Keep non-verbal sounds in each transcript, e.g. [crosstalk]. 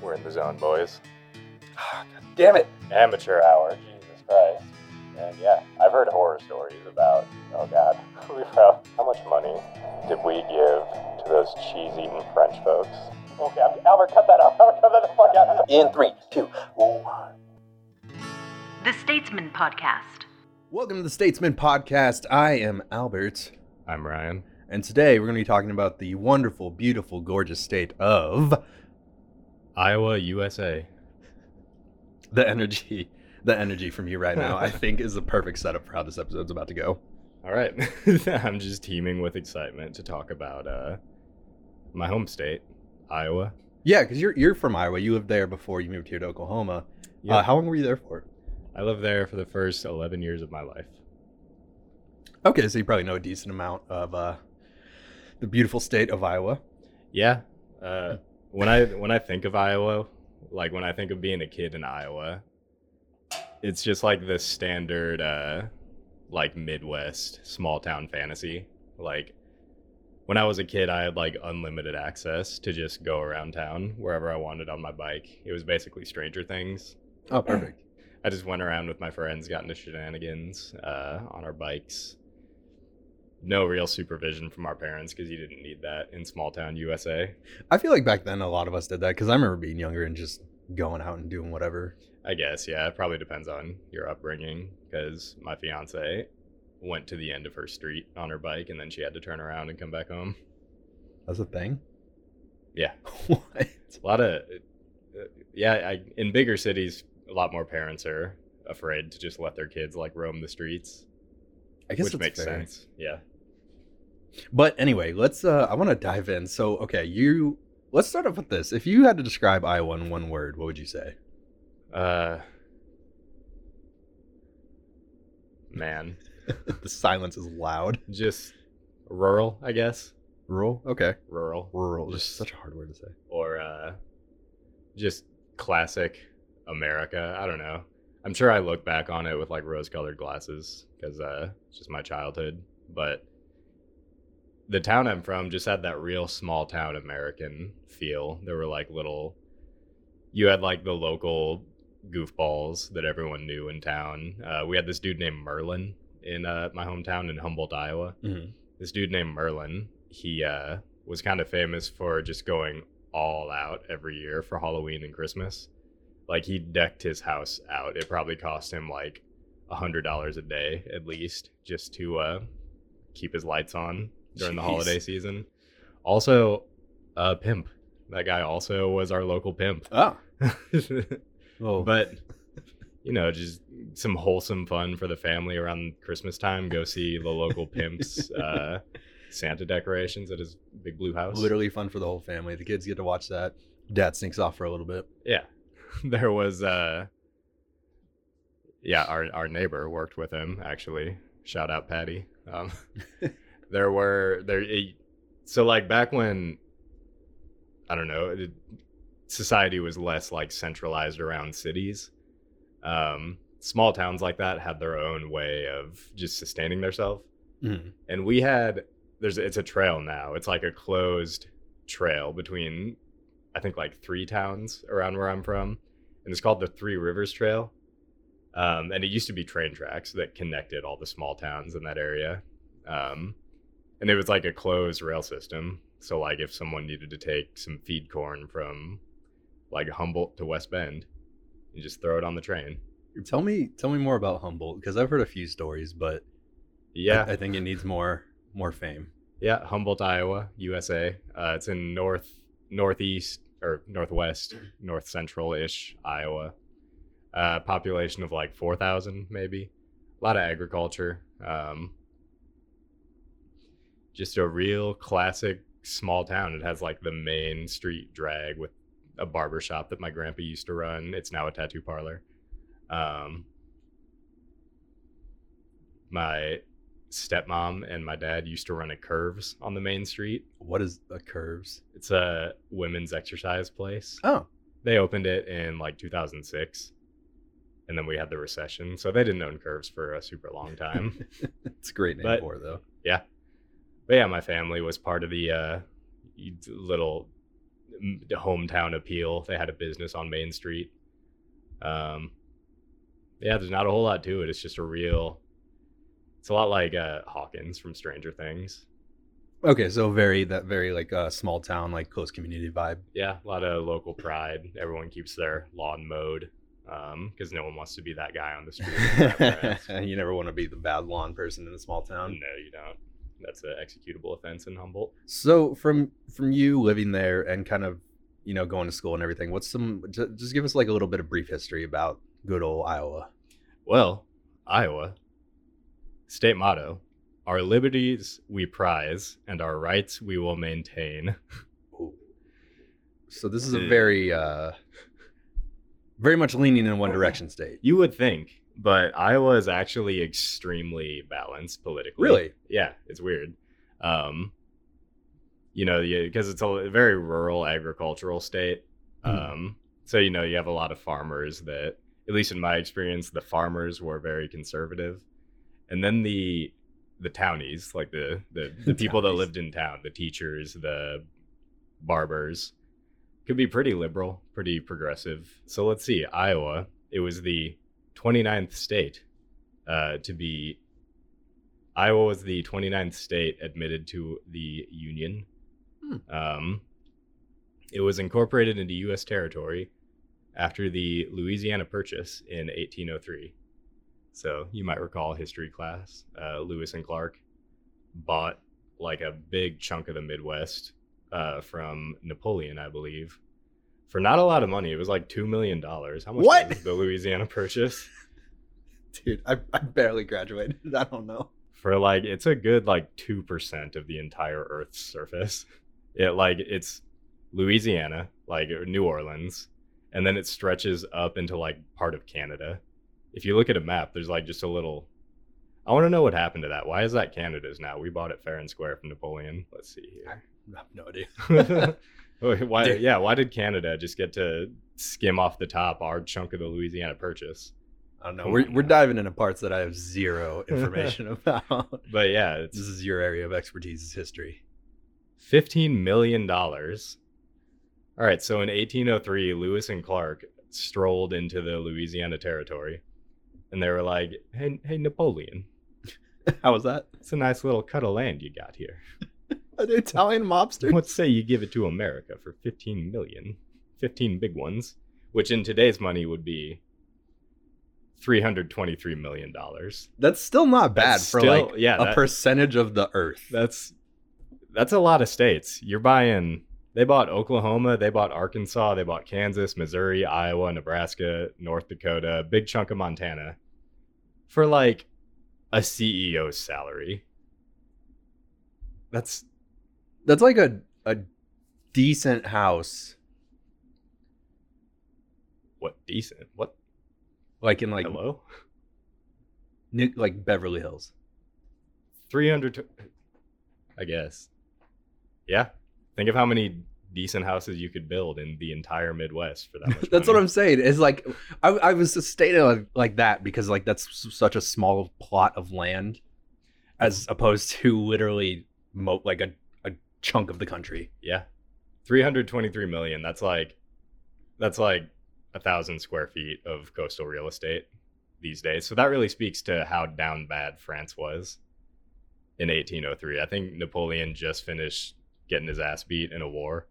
We're in the zone, boys. Ah, Damn it. Amateur hour, Jesus Christ. And yeah, I've heard horror stories about, oh God, [laughs] we prob- how much money did we give to those cheese-eating French folks? Okay, I'm- Albert, cut that out. [laughs] Albert, cut that the fuck out. In three, two, one. The Statesman Podcast. Welcome to the Statesman Podcast. I am Albert, I'm Ryan. and today we're going to be talking about the wonderful, beautiful, gorgeous state of Iowa, USA. the energy. The energy from you right [laughs] now, I think, is the perfect setup for how this episode's about to go. All right. [laughs] I'm just teeming with excitement to talk about uh, my home state, Iowa. Yeah, because you're you're from Iowa. You lived there before you moved here to Oklahoma. Yeah. Uh, how long were you there for? I lived there for the first 11 years of my life. Okay, so you probably know a decent amount of uh, the beautiful state of Iowa. Yeah. Uh, when I when I think of Iowa, like when I think of being a kid in Iowa, it's just like the standard uh, like Midwest small town fantasy. Like when I was a kid, I had like unlimited access to just go around town wherever I wanted on my bike. It was basically Stranger Things. Oh, perfect. I just went around with my friends, got into shenanigans uh, on our bikes. No real supervision from our parents because you didn't need that in small town USA. [clears throat] I feel like back then a lot of us did that because I remember being younger and just going out and doing whatever. I guess, yeah. It probably depends on your upbringing because my fiance went to the end of her street on her bike and then she had to turn around and come back home. That's a thing. Yeah. [laughs] what? A lot of, uh, yeah, I, in bigger cities, a lot more parents are afraid to just let their kids like roam the streets, I guess which that's makes fair. sense. Yeah. But anyway, let's. Uh, I want to dive in. So, okay, you. Let's start off with this. If you had to describe Iowa in one word, what would you say? [laughs] Uh, man, the silence is loud. just rural, I guess. Rural. Okay. Rural. Rural. Just Just- such a hard word to say. or uh, just classic America. I don't know. I'm sure I look back on it with like rose-colored glasses because uh, it's just my childhood. But the town I'm from just had that real small town American feel. There were like little, you had like the local goofballs that everyone knew in town. Uh, we had this dude named Merlin in uh, my hometown in Humboldt, Iowa Mm-hmm. this dude named Merlin, he uh, was kind of famous for just going all out every year for Halloween and Christmas. Like he decked his house out. It probably cost him like a hundred dollars a day at least just to uh, keep his lights on during the Jeez. holiday season. Also, uh, pimp. That guy also was our [laughs] local pimp. Oh. Oh. but you know just some wholesome fun for the family around christmas time go see the local pimps uh santa decorations at his big blue house literally fun for the whole family. The kids get to watch that. Dad sneaks off for a little bit. yeah [laughs] there was uh yeah our, our neighbor worked with him actually shout out patty um [laughs] there were there it, so like back when i don't know it, society was less like centralized around cities um small towns like that had their own way of just sustaining themselves Mm-hmm. and we had there's it's a trail now it's like a closed trail between i think like three towns around where i'm from and it's called the three rivers trail um, and it used to be train tracks that connected all the small towns in that area um, and it was like a closed rail system so like if someone needed to take some feed corn from like humboldt to west bend you just throw it on the train Tell me, tell me more about Humboldt because I've heard a few stories, but yeah I, I think it needs more, more fame. Yeah, Humboldt, Iowa, USA. Uh, it's in north, northeast or northwest, north central ish Iowa. Uh, population of like four thousand, maybe. A lot of agriculture. Um, just a real classic small town. It has like the main street drag with a barber shop that my grandpa used to run. It's now a tattoo parlor. Um, my stepmom and my dad used to run a curves on the main street. What is the curves? It's a women's exercise place. Oh, They opened it in like 2006. And then we had the recession. So they didn't own curves for a super long time. [laughs] it's a great name But- for it, though. But yeah, my family was part of the uh, little m- the hometown appeal. They had a business on Main Street. Um, yeah, there's not a whole lot to it. It's just a real. It's a lot like uh, Hawkins from Stranger Things. Okay, so very that very like uh, small town, like close community vibe. Yeah, a lot of local pride. Everyone keeps their lawn mowed because no one wants to be that guy on the street. with that [laughs] [laughs] grass. you never want to be the bad lawn person in a small no, town. you don't. That's an executable offense in Humboldt. So from from you living there and kind of you know going to school and everything, what's some ju- just give us like a little bit of brief history about good old Iowa. Well, Iowa. State motto Our liberties we prize, and our rights we will maintain. So this is a Yeah. very uh very much leaning in one [laughs] direction state. You would think, but Iowa is actually extremely balanced politically. Really? Yeah, it's weird. Um, you know, because it's a very rural agricultural state. Um, Mhm. So, you know, you have a lot of farmers that, at least in my experience, the farmers were very conservative. And then the the townies, like the, the, the people that Townies. lived in town, the teachers, the barbers, could be pretty liberal, pretty progressive. So let's see, Iowa, it was the 29th state uh, to be Iowa was the 29th state admitted to the Union. Um, it was incorporated into U.S. territory after the Louisiana Purchase in 1803. So you might recall history class, uh, Lewis and Clark bought like a big chunk of the Midwest uh, from Napoleon, I believe, for not a lot of money. It was like $2 million. How much What? was the Louisiana Purchase? Dude, I, I barely graduated. [laughs] I don't know. for like it's a good like 2% of the entire earth's surface it like it's louisiana like or new orleans and then it stretches up into like part of canada if you look at a map there's like just a little i want to know what happened to that why is that canada's now we bought it fair and square from napoleon let's see I have no [laughs] idea. here Wait, [laughs] why Dude. yeah why did canada just get to skim off the top our chunk of the louisiana purchase I don't know. Come We're, on we're now. diving into parts that I have [laughs] zero information about. but yeah it's This is your area of expertise is history. Fifteen million dollars. All right, so in 1803, Lewis and Clark strolled into the Louisiana territory, and they were like, "Hey, hey, Napoleon, [laughs] How was that? it's a nice little cut of land you got here. [laughs] An Italian mobster? Let's say you give it to America for 15 million, 15 big ones, which in today's money would be 323 million dollars. [laughs] That's still not bad That's for still- like yeah, a that- percentage of the earth. That's that's a lot of states. You're buying. They bought Oklahoma, they bought Arkansas, they bought Kansas, Missouri, Iowa, Nebraska, North Dakota, big chunk of Montana, for like a CEO's salary. That's That's like a a decent house, what decent. What like in like hello? Ni- like Beverly Hills. Three hundred. I guess. Yeah. Think of how many decent houses you could build in the entire Midwest for that. [laughs] Much That's money. what I'm saying. It's like I, I was just stating it like, like that because like that's s- such a small plot of land, as opposed to literally mo- like a, a chunk of the country. Yeah. 323 million. That's like that's like a thousand square feet of coastal real estate these days. So that really speaks to how down bad France was in 1803. I think Napoleon just finished getting his ass beat in a war,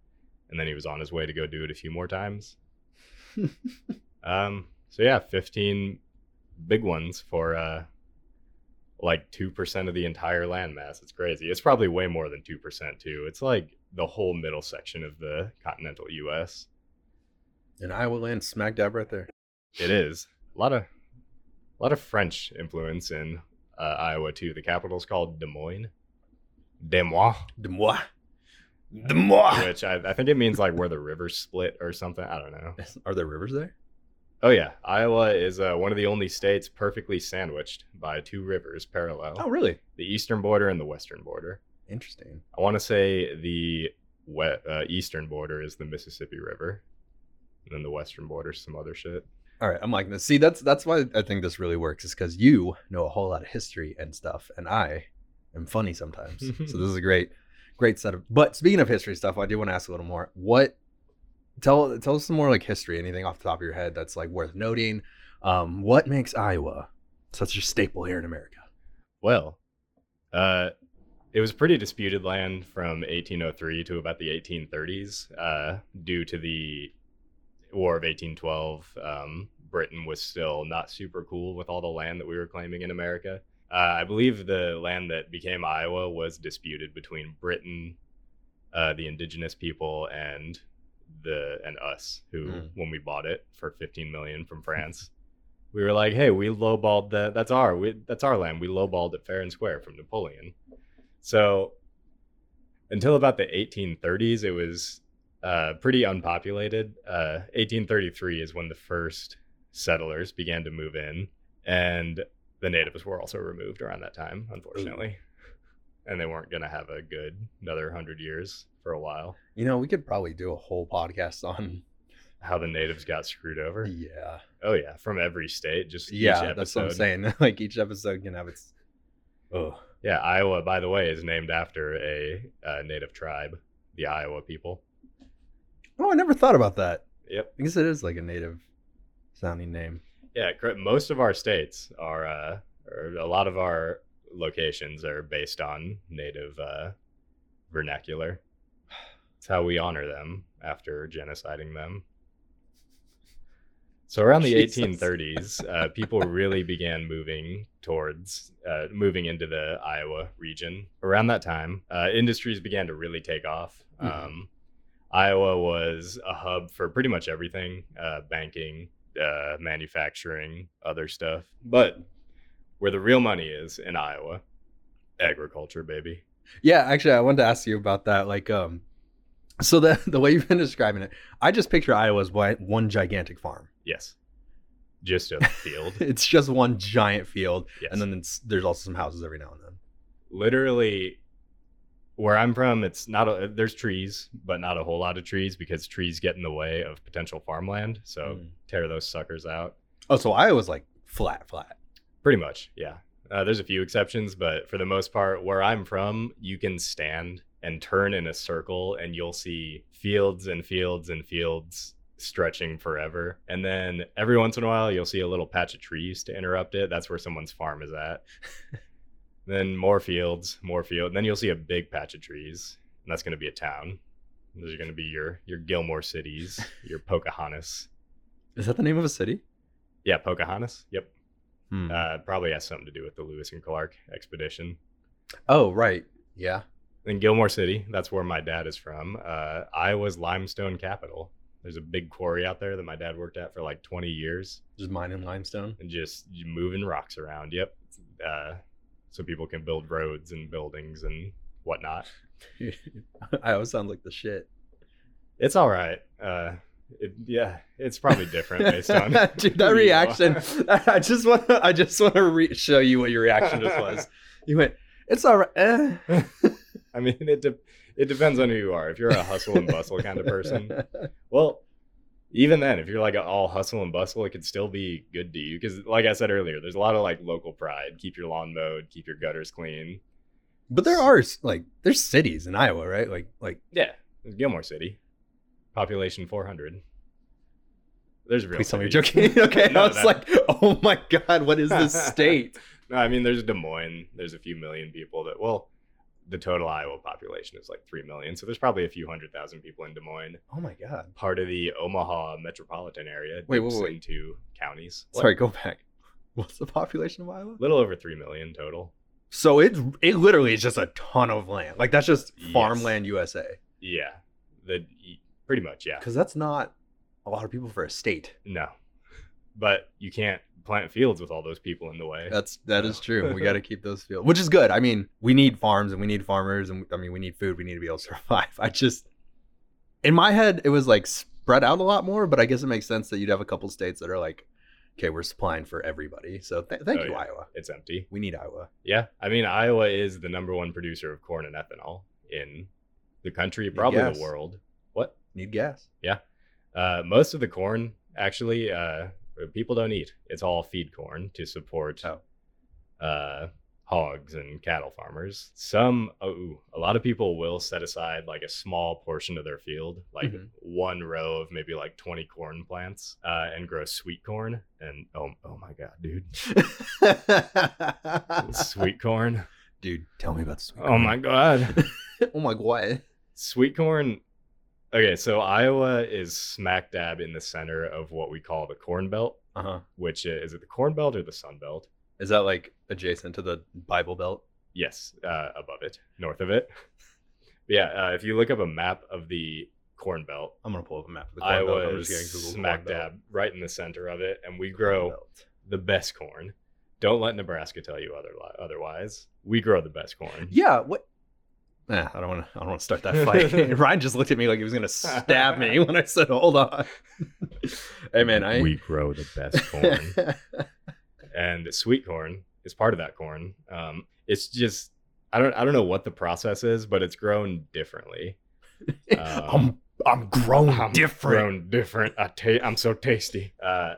and then he was on his way to go do it a few more times. um. So yeah, 15 big ones for uh, like two percent of the entire landmass. It's crazy. It's probably way more than two percent too. It's like the whole middle section of the continental U.S. And Iowa land smack dab right there. It is a lot of a lot of French influence in uh, Iowa too. The capital's called Des Moines, Des Moines, Des Moines. Des Moines. which I, I think it means like where the rivers split or something. I don't know. Are there rivers there? Oh yeah, Iowa is uh, one of the only states perfectly sandwiched by two rivers parallel: Oh, really? the eastern border and the western border. Interesting. I want to say the we- uh, eastern border is the Mississippi River, and then the western border is some other shit. All right, I'm liking this. See, that's that's why I think this really works is because you know a whole lot of history and stuff, and I am [laughs] funny sometimes. so this is a great, great setup. But speaking of history stuff, I do want to ask a little more. What tell tell us some more like history. Anything off the top of your head that's like worth noting? Um, what makes Iowa such a staple here in America? Well, uh, it was pretty disputed land from 1803 to about the 1830s uh, due to the War of 1812. Um, Britain was still not super cool with all the land that we were claiming in America. Uh, I believe the land that became Iowa was disputed between Britain, uh, the indigenous people, and the and us. Who, Mm. when we bought it for 15 million from France, we were like, "Hey, we lowballed that. That's our we, that's our land. We lowballed it fair and square from Napoleon." So until about the 1830s, it was uh, pretty unpopulated. Uh, 1833 is when the first settlers began to move in, and the natives were also removed around that time, unfortunately. And they weren't going to have a good another hundred years for a while. You know, we could probably do a whole podcast on. How the natives got screwed over? Yeah, Oh yeah, from every state. Just each yeah, that's what I'm episode. saying. [laughs] like each episode can have its. Oh, Yeah, Iowa, by the way, is named after a uh, native tribe, the Iowa people. oh, I never thought about that. Yep. I guess it is like a native sounding name. Yeah, cor- most of our states are, uh, or a lot of our locations are based on native uh, vernacular. It's how we honor them after genociding them. So around the Jesus. 1830s, uh, people really began moving towards uh, moving into the Iowa region. Around that time, uh, industries began to really take off. Mhm. Um, Iowa was a hub for pretty much everything: uh, banking, uh, manufacturing, other stuff. But where the real money is in Iowa, agriculture, baby. Yeah, actually, I wanted to ask you about that. Like, um, so the [laughs] the way you've been describing it, I just picture Iowa as one one gigantic farm. Yes, just a field. [laughs] It's just one giant field, Yes. and then it's, there's also some houses every now and then. literally where I'm from, it's not a, there's trees, but not a whole lot of trees because trees get in the way of potential farmland. So Mm. tear those suckers out. Oh, so Iowa's like flat, flat. Pretty much, yeah. Uh, there's a few exceptions, but for the most part, where I'm from, you can stand and turn in a circle, and you'll see fields and fields and fields stretching forever. And then every once in a while, you'll see a little patch of trees to interrupt it. That's where someone's farm is at. then more fields, more field. And then you'll see a big patch of trees, and that's going to be a town. Those are going to be your your Gilmore cities, your Pocahontas. Is that the name of a city? Yeah, Pocahontas. Yep. Hmm. Uh, probably has something to do with the Lewis and Clark expedition. oh, right. Yeah. In Gilmore City, that's where my dad is from. Uh, Iowa's limestone capital. There's a big quarry out there that my dad worked at for like 20 years, Just mine and limestone. [laughs] and just moving rocks around. Yep, uh, so people can build roads and buildings and whatnot. Iowa sounds like the shit. It's all right. Uh, it, yeah, it's probably different based on [laughs] Dude, [laughs] who that you reaction. [laughs] are. I just want to. I just want to re- show you what your reaction just was. [laughs] You went. It's all right. eh." [laughs] I mean, it de- it depends on who you are. If you're a hustle and bustle kind of person, Well, even then, if you're like all hustle and bustle, it could still be good to you because, like I said earlier, there's a lot of like local pride. Keep your lawn mowed, keep your gutters clean. [laughs] But there are s- like there's cities in Iowa, right? Like like Yeah, it's Gilmore City, population 400. There's a real. please tell me you're city. joking. [laughs] okay, [laughs] No, I was that- like, oh my god, what is this [laughs] state? No, I mean there's Des Moines. There's a few million people that well, the total Iowa population is like three million, so there's probably a few hundred thousand people in Des Moines. oh my god. Part of the Omaha metropolitan area. Wait, wait, dips wait. Into counties. What? Sorry, go back. What's the population of Iowa? Little over three million total. So it it literally is just a ton of land. Like that's just Yes. farmland USA. Yeah, the y- pretty much yeah. Because that's not a lot of people for a state. No, but you can't plant fields with all those people in the way. That's that is true. We got to keep those fields, which is good. I mean, we need farms and we need farmers, and I mean, we need food. We need to be able to [laughs] survive. I just, in my head, it was like spread out a lot more, but I guess it makes sense that you'd have a couple states that are like, okay, we're supplying for everybody. So th- thank Oh, you, yeah. Iowa. it's empty. We need Iowa. Yeah, I mean Iowa is the number one producer of corn and ethanol in the country, probably guess. the world. What? Need [laughs] gas. [laughs] Uh, most of the corn actually uh, people don't eat. It's all feed corn to support Oh. uh, hogs and cattle farmers. Some, oh, a lot of people will set aside like a small portion of their field, like Mhm. one row of maybe like 20 corn plants, uh, and grow sweet corn. And oh, oh my God, dude, sweet corn. Dude, tell me about sweet Oh my God. [laughs] oh my god. Sweet corn. Okay, so Iowa is smack dab in the center of what we call the Corn Belt, Uh huh. which is, is it the Corn Belt or the Sun Belt? Is that like adjacent to the Bible Belt? Yes, uh, above it, north of it. [laughs] But yeah, uh, if you look up a map of the Corn Belt, I'm gonna pull up a map of the Corn Iowa Belt. I'm is gonna Google Corn smack Belt. dab right in the center of it, and we Corn grow Belt. the best corn. Don't let Nebraska tell you otherwise. Otherwise, we grow the best corn. Yeah. What? Nah, I don't want to. I don't want to start that [laughs] fight. Ryan just looked at me like he was gonna stab me when I said, "Hold on." [laughs] hey man, I. we grow the [laughs] best corn. and sweet corn is part of that corn. Um, it's just I don't I don't know what the process is, but it's grown differently. Um, [laughs] I'm I'm grown I'm different. Grown different. I ta- I'm so tasty. Uh,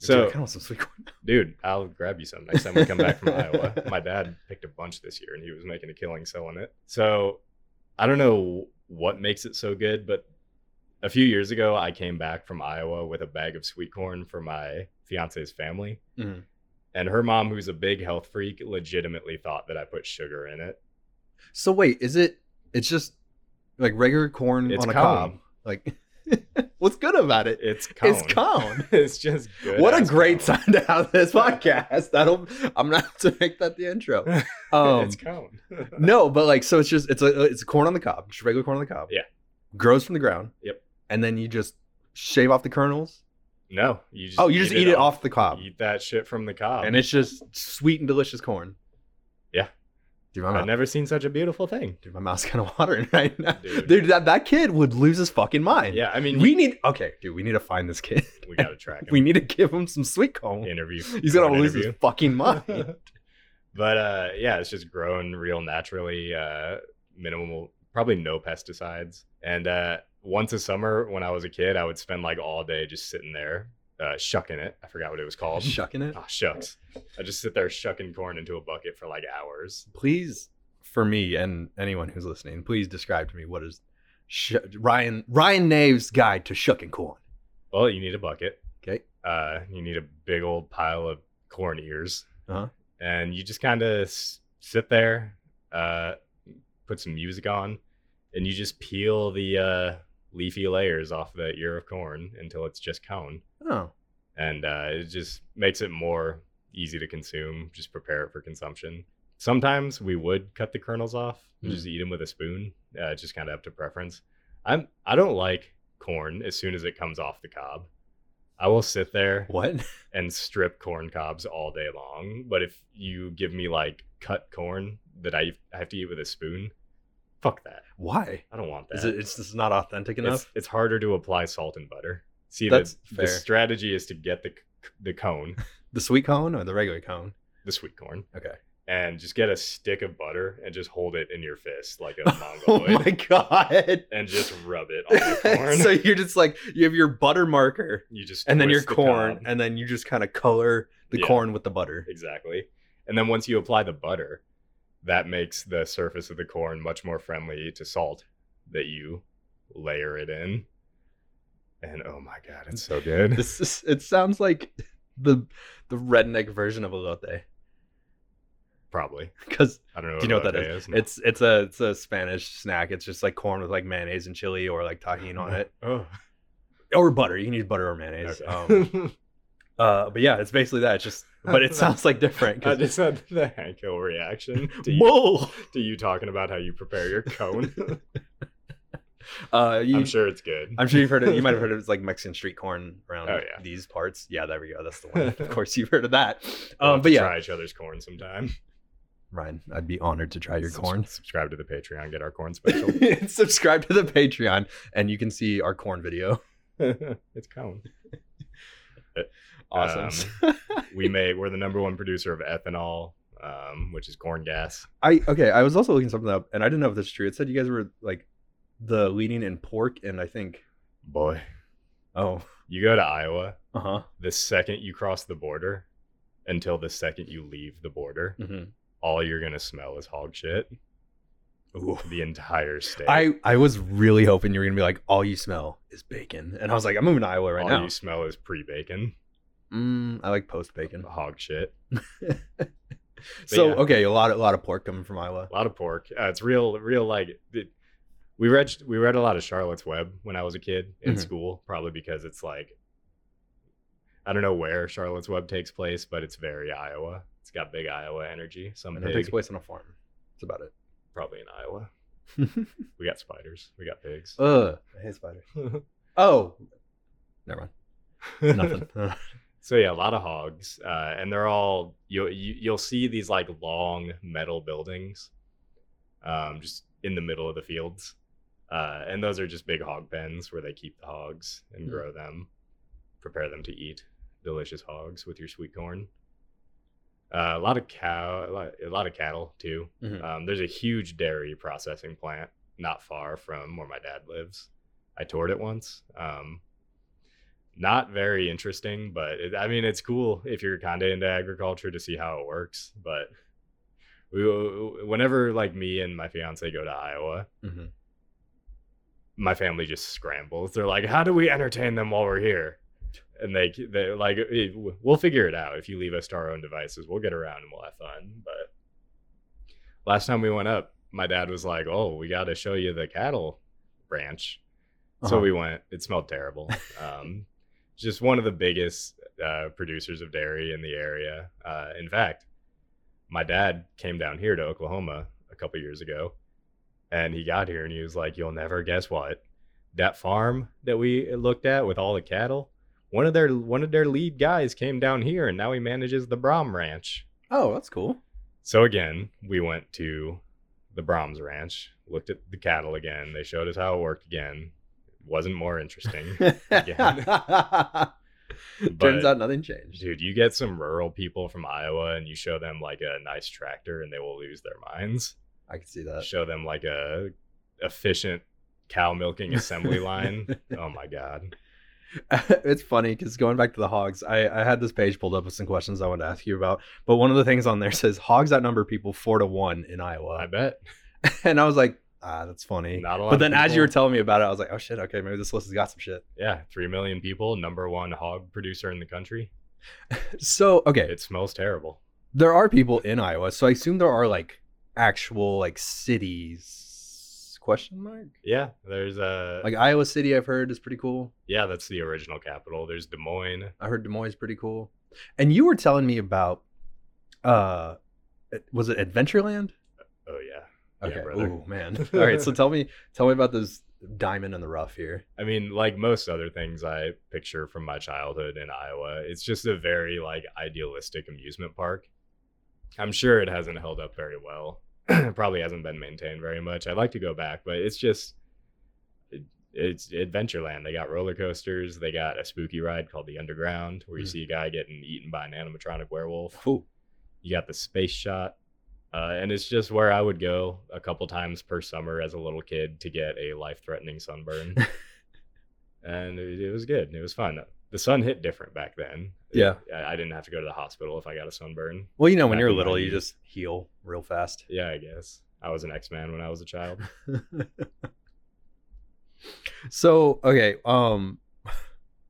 Dude, I so kind of want some sweet corn. dude, I'll grab you some next time we come back from Iowa. [laughs] My dad picked a bunch this year, and he was making a killing selling it. So I don't know what makes it so good, but a few years ago, I came back from Iowa with a bag of sweet corn for my fiance's family, Mhm. and her mom, who's a big health freak, legitimately thought that I put sugar in it. So wait, is it? It's just like regular corn It's Mm, on a cob. cob. Like, [laughs] what's good about it? It's cone. It's cone. [laughs] It's just good. what a ass great cone. sign to have this [laughs] podcast. That'll. I'm gonna have to make that the [laughs] intro. Um, it's cone. [laughs] no, but like, so it's just it's a it's corn on the cob, just regular corn on the cob. Yeah. grows from the ground. Yep. and then you just shave off the kernels. no, you just Oh, you just eat, it off the cob, Eat that shit from the cob. and it's just sweet and delicious corn. Yeah. dude, my I've mouth, never seen such a beautiful thing. dude, my mouth's kind of watering [laughs] right now. Dude. Dude, that that kid would lose his fucking mind. Yeah, I mean, we need okay, dude, we need to find this kid. [laughs] we gotta track him. We need to give him some sweet corn. interview. [laughs] He's gonna phone lose interview. his fucking [laughs] mind. but uh, yeah, it's just grown real naturally, uh, minimal, probably no pesticides. And uh, once a summer when I was a kid, I would spend like all day just sitting there uh, shucking it. I forgot what it was [laughs] called. Shucking it. Ah, shucks. I just sit there shucking corn into a bucket for like hours. please for me and anyone who's listening please describe to me what is sh- ryan ryan nave's guide to shucking corn Well, you need a bucket. okay Uh, you need a big old pile of corn ears, Uh-huh. and you just kind of s- sit there, uh, put some music on, and you just peel the uh, leafy layers off the ear of corn until it's just cone, oh and uh, it just makes it more easy to consume. Just prepare it for consumption. Sometimes we would cut the kernels off and Mm. just eat them with a spoon. Uh, it's just kind of up to preference. I'm I don't like corn as soon as it comes off the cob. I will sit there what [laughs] and strip corn cobs all day long. But if you give me like cut corn that I I have to eat with a spoon, fuck that. why I don't want that. is it it's just not authentic it's, enough it's harder to apply salt and butter. See, that's That's the, fair. strategy is to get the c- the cone, the sweet cone or the regular cone the sweet corn, okay and just get a stick of butter and just hold it in your fist like a [laughs] oh [laughs] mongoloid, my god [laughs] and just rub it on the corn. so you're just like you have your butter marker you just and then your twist the corn cob. and then you just kind of color the Yeah. corn with the butter Exactly. And then once you apply the butter, that makes the surface of the corn much more friendly to salt that you layer it in. And oh my god, it's so good. this is it sounds like the the redneck version of elote Probably. because I don't know. Do you know what that elote is? It's it's a it's a Spanish snack. It's just like corn with like mayonnaise and chili or like tahini on it Oh, or butter. You can use butter or mayonnaise. okay. Um, [laughs] uh, but yeah, it's basically that. It's just but it sounds like different. I 'cause- just had the Hank [laughs] Hill reaction to you, Whoa! to you talking about how you prepare your [laughs] cone. Uh, you, I'm sure it's good. I'm sure you've heard it. You might have [laughs] heard of it's like Mexican street corn around Oh, yeah. these parts. Yeah, there we go. That's the one. [laughs] of course, you've heard of that. Um, have but to yeah, try each other's corn sometime. Ryan, I'd be honored to [laughs] try your Subs- corn. Subscribe to the Patreon. Get our corn special. [laughs] Subscribe to the Patreon, and you can see our corn video. it's cone. Um, Awesome. [laughs] we may we're the number one producer of ethanol um, which is corn gas I okay. I was also looking something up, and I didn't know if this is true. It said you guys were like the leading in pork, and I think boy oh [laughs] you go to iowa uh huh Mm-hmm. the second you cross the border until the second you leave the border all you're gonna smell is hog shit. The entire state. I, I was really hoping you were gonna be like, all you smell is bacon, and I was like, I'm moving to Iowa right all now. you smell is pre-bacon, Mm, I like post [laughs] bacon. hog shit. so yeah. okay, a lot a lot of pork coming from Iowa. A lot of pork. Uh, it's real, real like. It, we read we read a lot of Charlotte's Web when I was a kid in Mhm. school, probably because it's like I don't know where Charlotte's Web takes place, but it's very Iowa. It's got big Iowa energy. Some And it pig, takes place on a farm. That's about it. probably in Iowa. [laughs] We got spiders. We got pigs. Ugh, I hate spiders. [laughs] Oh, never [laughs] mind. Nothing. So yeah, a lot of hogs, uh, and they're all you, you. You'll see these like long metal buildings, um, just in the middle of the fields, uh, and those are just big hog pens where they keep the hogs and Hmm. grow them, prepare them to eat delicious hogs with your sweet corn. Uh, a lot of cow, a lot, a lot of cattle too. Mhm. Um, there's a huge dairy processing plant not far from where my dad lives. I toured it once. Um, not very interesting, but it, I mean, it's cool if you're kind of into agriculture to see how it works. But we, whenever like me and my fiance go to Iowa, Mhm. my family just scrambles. They're like, "How do we entertain them while we're here?" And they they like, "Eh, w- "We'll figure it out. If you leave us to our own devices, we'll get around and we'll have fun." But last time we went up, my dad was like, "Oh, we got to show you the cattle ranch." So Uh-huh. we went. It smelled terrible. Um, just one of the biggest uh, producers of dairy in the area. Uh, in fact, my dad came down here to Oklahoma a couple years ago, and he got here and he was like, "You'll never guess what that farm that we looked at with all the cattle." One of their one of their lead guys came down here, and now he manages the Brom Ranch. Oh, that's cool. So again, we went to the Brahms Ranch, looked at the cattle again. They showed us how it worked again. wasn't more [laughs] interesting. Turns out nothing changed. Dude, you get some rural people from Iowa and you show them like a nice tractor and they will lose their minds. I can see that. Show them like a efficient cow milking assembly line. Oh my god. [laughs] it's funny because going back to the hogs, I, I had this page pulled up with some questions I wanted to ask you about. But one of the things on there [laughs] says hogs outnumber people four to one in I Iowa, bet. [laughs] and I was like, ah, that's funny. Not a lot. But of then as you were people- telling me about it, I was like, oh shit, okay, maybe this list has got some shit. yeah, 3 million people, number 1 hog producer in the country. So okay, It smells terrible. there are people in Iowa, so I assume there are like actual like cities? Question mark. Yeah, there's a Like Iowa City, I've heard is pretty cool. Yeah, that's the original capital. There's Des Moines. I heard Des Moines is pretty cool. And you were telling me about, uh, was it Adventureland? Oh yeah. Yeah, Okay. brother. oh man. [laughs] All right. So tell me, tell me about this diamond in the rough here. I mean, like most other things I picture from my childhood in Iowa, it's just a very like idealistic amusement park. I'm sure it hasn't held up very well. [clears throat] Probably hasn't been maintained very much. I'd like to go back, but it's just it, it's Adventureland. They got roller coasters. They got a spooky ride called the Underground, where you Mm. see a guy getting eaten by an animatronic werewolf. Ooh. you got the space shot uh, and it's just where i would go a couple times per summer as a little kid to get a [laughs] life-threatening sunburn and it, it was good it was fun the sun hit different back then Yeah. I, I didn't have to go to the hospital if i got a sunburn Well, you know, when Back you're in the little, you 90s. just heal real [laughs] fast. yeah i guess i was an x-man when i was [laughs] a child so okay, um,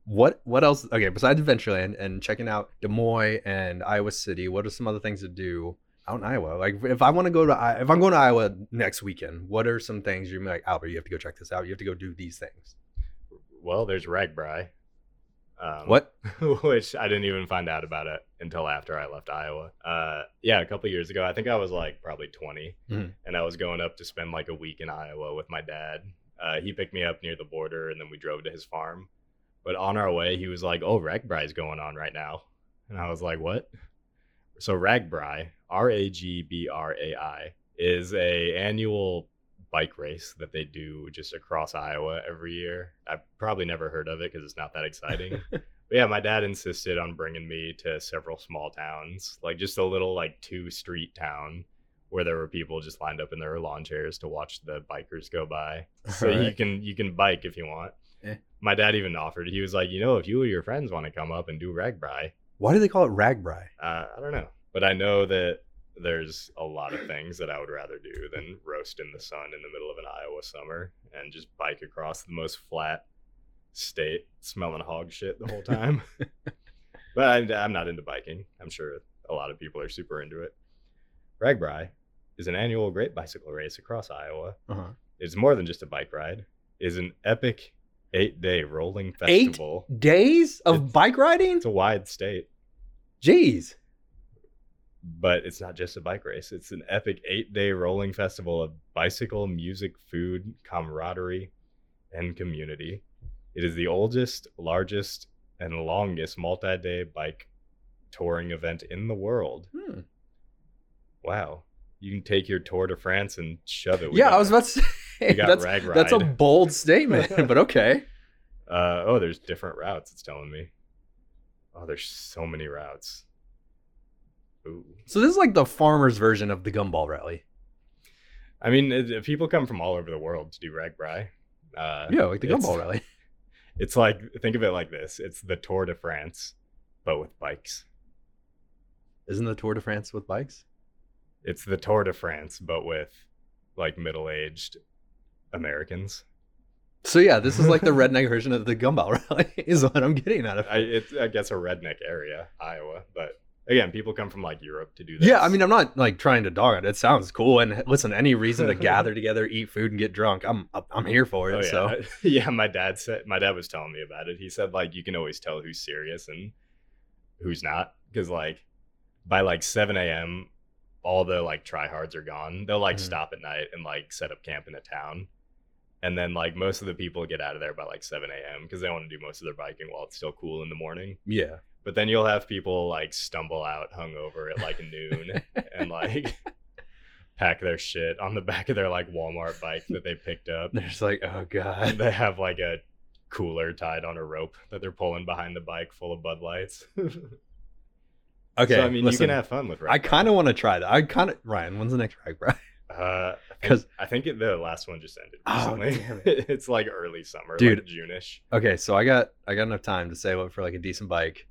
what what else? Okay, besides Adventureland and checking out Des Moines and Iowa City, what are some other things to do out in Iowa? Like, if I want to go to I- if I'm going to Iowa next weekend, what are some things you're like, Albert? You have to go check this out. You have to go do these things. well there's ragbri um, What? [laughs] which I didn't even find out about it until after I left Iowa. Uh, yeah, a couple years ago, I think I was like probably 20, Mhm. and I was going up to spend like a week in Iowa with my dad. Uh, he picked me up near the border, and then we drove to his farm. But on our way, he was like, "Oh, ragbri is going on right now," and I was like, "What?" So ragbri, R A G B R A I, is a annual bike race that they do just across Iowa every year. I've probably never heard of it because it's not that [laughs] exciting. But yeah, my dad insisted on bringing me to several small towns, like just a little like two street town where there were people just lined up in their lawn chairs to watch the bikers go by. So you Alright. can you can bike if you want. Eh. My dad even offered. He was like, you know, if you or your friends want to come up and do ragbri, Why do they call it Ragbri? uh, I don't know, but I know that there's a lot of things that I would rather do than roast in the sun in the middle of an Iowa summer and just bike across the most flat state smelling hog shit the whole time. but I'm, I'm not into biking. I'm sure a lot of people are super into it. Ragbri is an annual great bicycle race across Iowa. Uh-huh. It's more than just a bike ride. It's an epic eight-day rolling festival. Days of It's- bike riding? It's a wide state. Jeez. but it's not just a bike race. It's an epic eight day rolling festival of bicycle, music, food, camaraderie, and community. It is the oldest, largest, and longest multi day bike touring event in the world. Hmm. Wow. You can take your tour to France and shove it. We Yeah, got- I was about to say We got that's, rag ride. that's a bold statement, [laughs] but okay. Uh, oh, there's different routes, it's telling me. Oh, there's so many routes. Ooh. So this is like the farmer's version of the gumball rally. I mean, it- it- people come from all over the world to do rag bry. Uh, Yeah, like the it's- gumball rally. It's like think of it like this: it's the Tour de France, but with bikes. Isn't the Tour de France with bikes? It's the Tour de France, but with like middle-aged Americans. So yeah, this is like [laughs] the redneck version of the gumball rally [laughs] is what I'm getting out of it. I, it's I guess a redneck area, Iowa, but again, people come from like Europe to do this. Yeah, I mean I'm not like trying to dog it. It sounds cool and listen, any reason [laughs] to gather together, eat food and get drunk, I'm I'm here for it. Oh, yeah. So [laughs] yeah, my dad said my dad was telling me about it. He said like you can always tell who's serious and who's not because like by like seven a.m. all the like tryhards are gone. They'll like Mhm. stop at night and like set up camp in a town, and then like most of the people get out of there by like seven a.m. because they want to do most of their biking while it's still cool in the morning. yeah. But then you'll have people like stumble out hungover at like noon and like. Pack their shit on the back of their like Walmart bike that they picked up They're just like, oh and god. [laughs] they have like a cooler tied on a rope that they're pulling behind the bike full of Bud [laughs] Lights. Okay. so, I mean, listen, you can have fun with I Rag kind of want to try that. I kind of Ryan. When's the next rag bro? Uh, because 'Cause- I think it, the last one just ended Oh, recently. [laughs] damn it's like early summer, Dude. like June-ish. Okay, so I got I got enough time to save up for like a decent bike.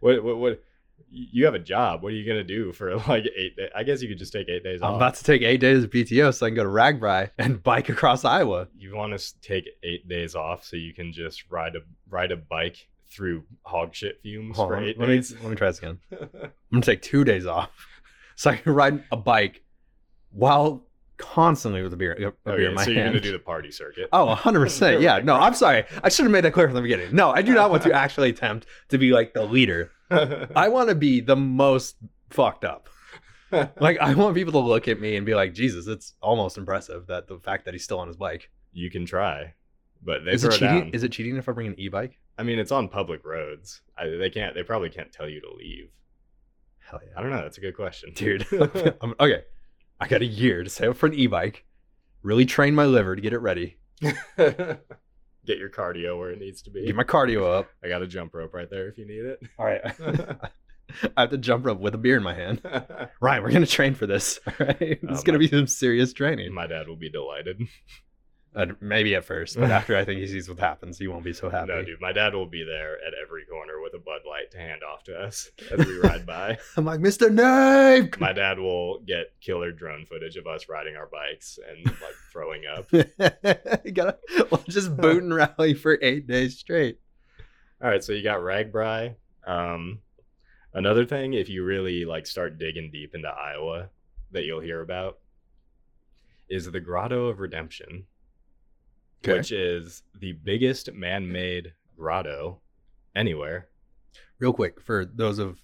What, what, what? You have a job. What are you gonna do for [laughs] like eight? Day? I guess you could just take eight days I'm off. about to take eight days of PTO so I can go to Ragbri and [laughs] bike across Iowa. you want to take eight days off so you can just ride a ride a bike through hog shit fumes Hold for on, eight let me days. let me try this [laughs] again. I'm gonna take two days off [laughs] so I can ride a bike while constantly with a beer, a Oh, beer yeah, in my so you're hand. gonna do the party circuit. [laughs] [laughs] Oh, 100%. Yeah. No, I'm sorry. I should have made that clear from the beginning. No, I do not [laughs] want to actually attempt to be like the leader. I want to be the most fucked up. Like I want people to look at me and be like, Jesus, it's almost impressive that the fact that he's still on his bike. you can try, but they is throw it cheating? down. Is it cheating if I bring an e-bike? I mean, it's on public roads. I, they can't. They probably can't tell you to leave. Hell I don't know. That's a good question, [laughs] dude. I'm- okay, I got a year to save up for an e-bike. Really train my liver to get it ready. [laughs] Get your cardio where it needs to be. Get my cardio up. I got a jump rope right there if you need it. [laughs] All right. [laughs] I have to jump rope with a beer in my hand. [laughs] Ryan, we're gonna train for this. [laughs] All right, it's Oh, gonna my- be some serious training. my dad will be delighted. [laughs] Uh, maybe at first, but after I think he sees what happens, he won't be so happy. No, dude, my dad will be there at every corner with a Bud Light to hand off to [laughs] us as we ride by. [laughs] I'm like, Mister Knife. My dad will get killer drone footage of us riding our bikes and like throwing up. [laughs] you gotta well, [laughs] just boot and rally for eight days straight. All right, so you got Ragbri. Um, another thing, if you really like start digging deep into Iowa, that you'll hear about is the Grotto of Redemption, which is the biggest man-made grotto anywhere. Real quick, for those of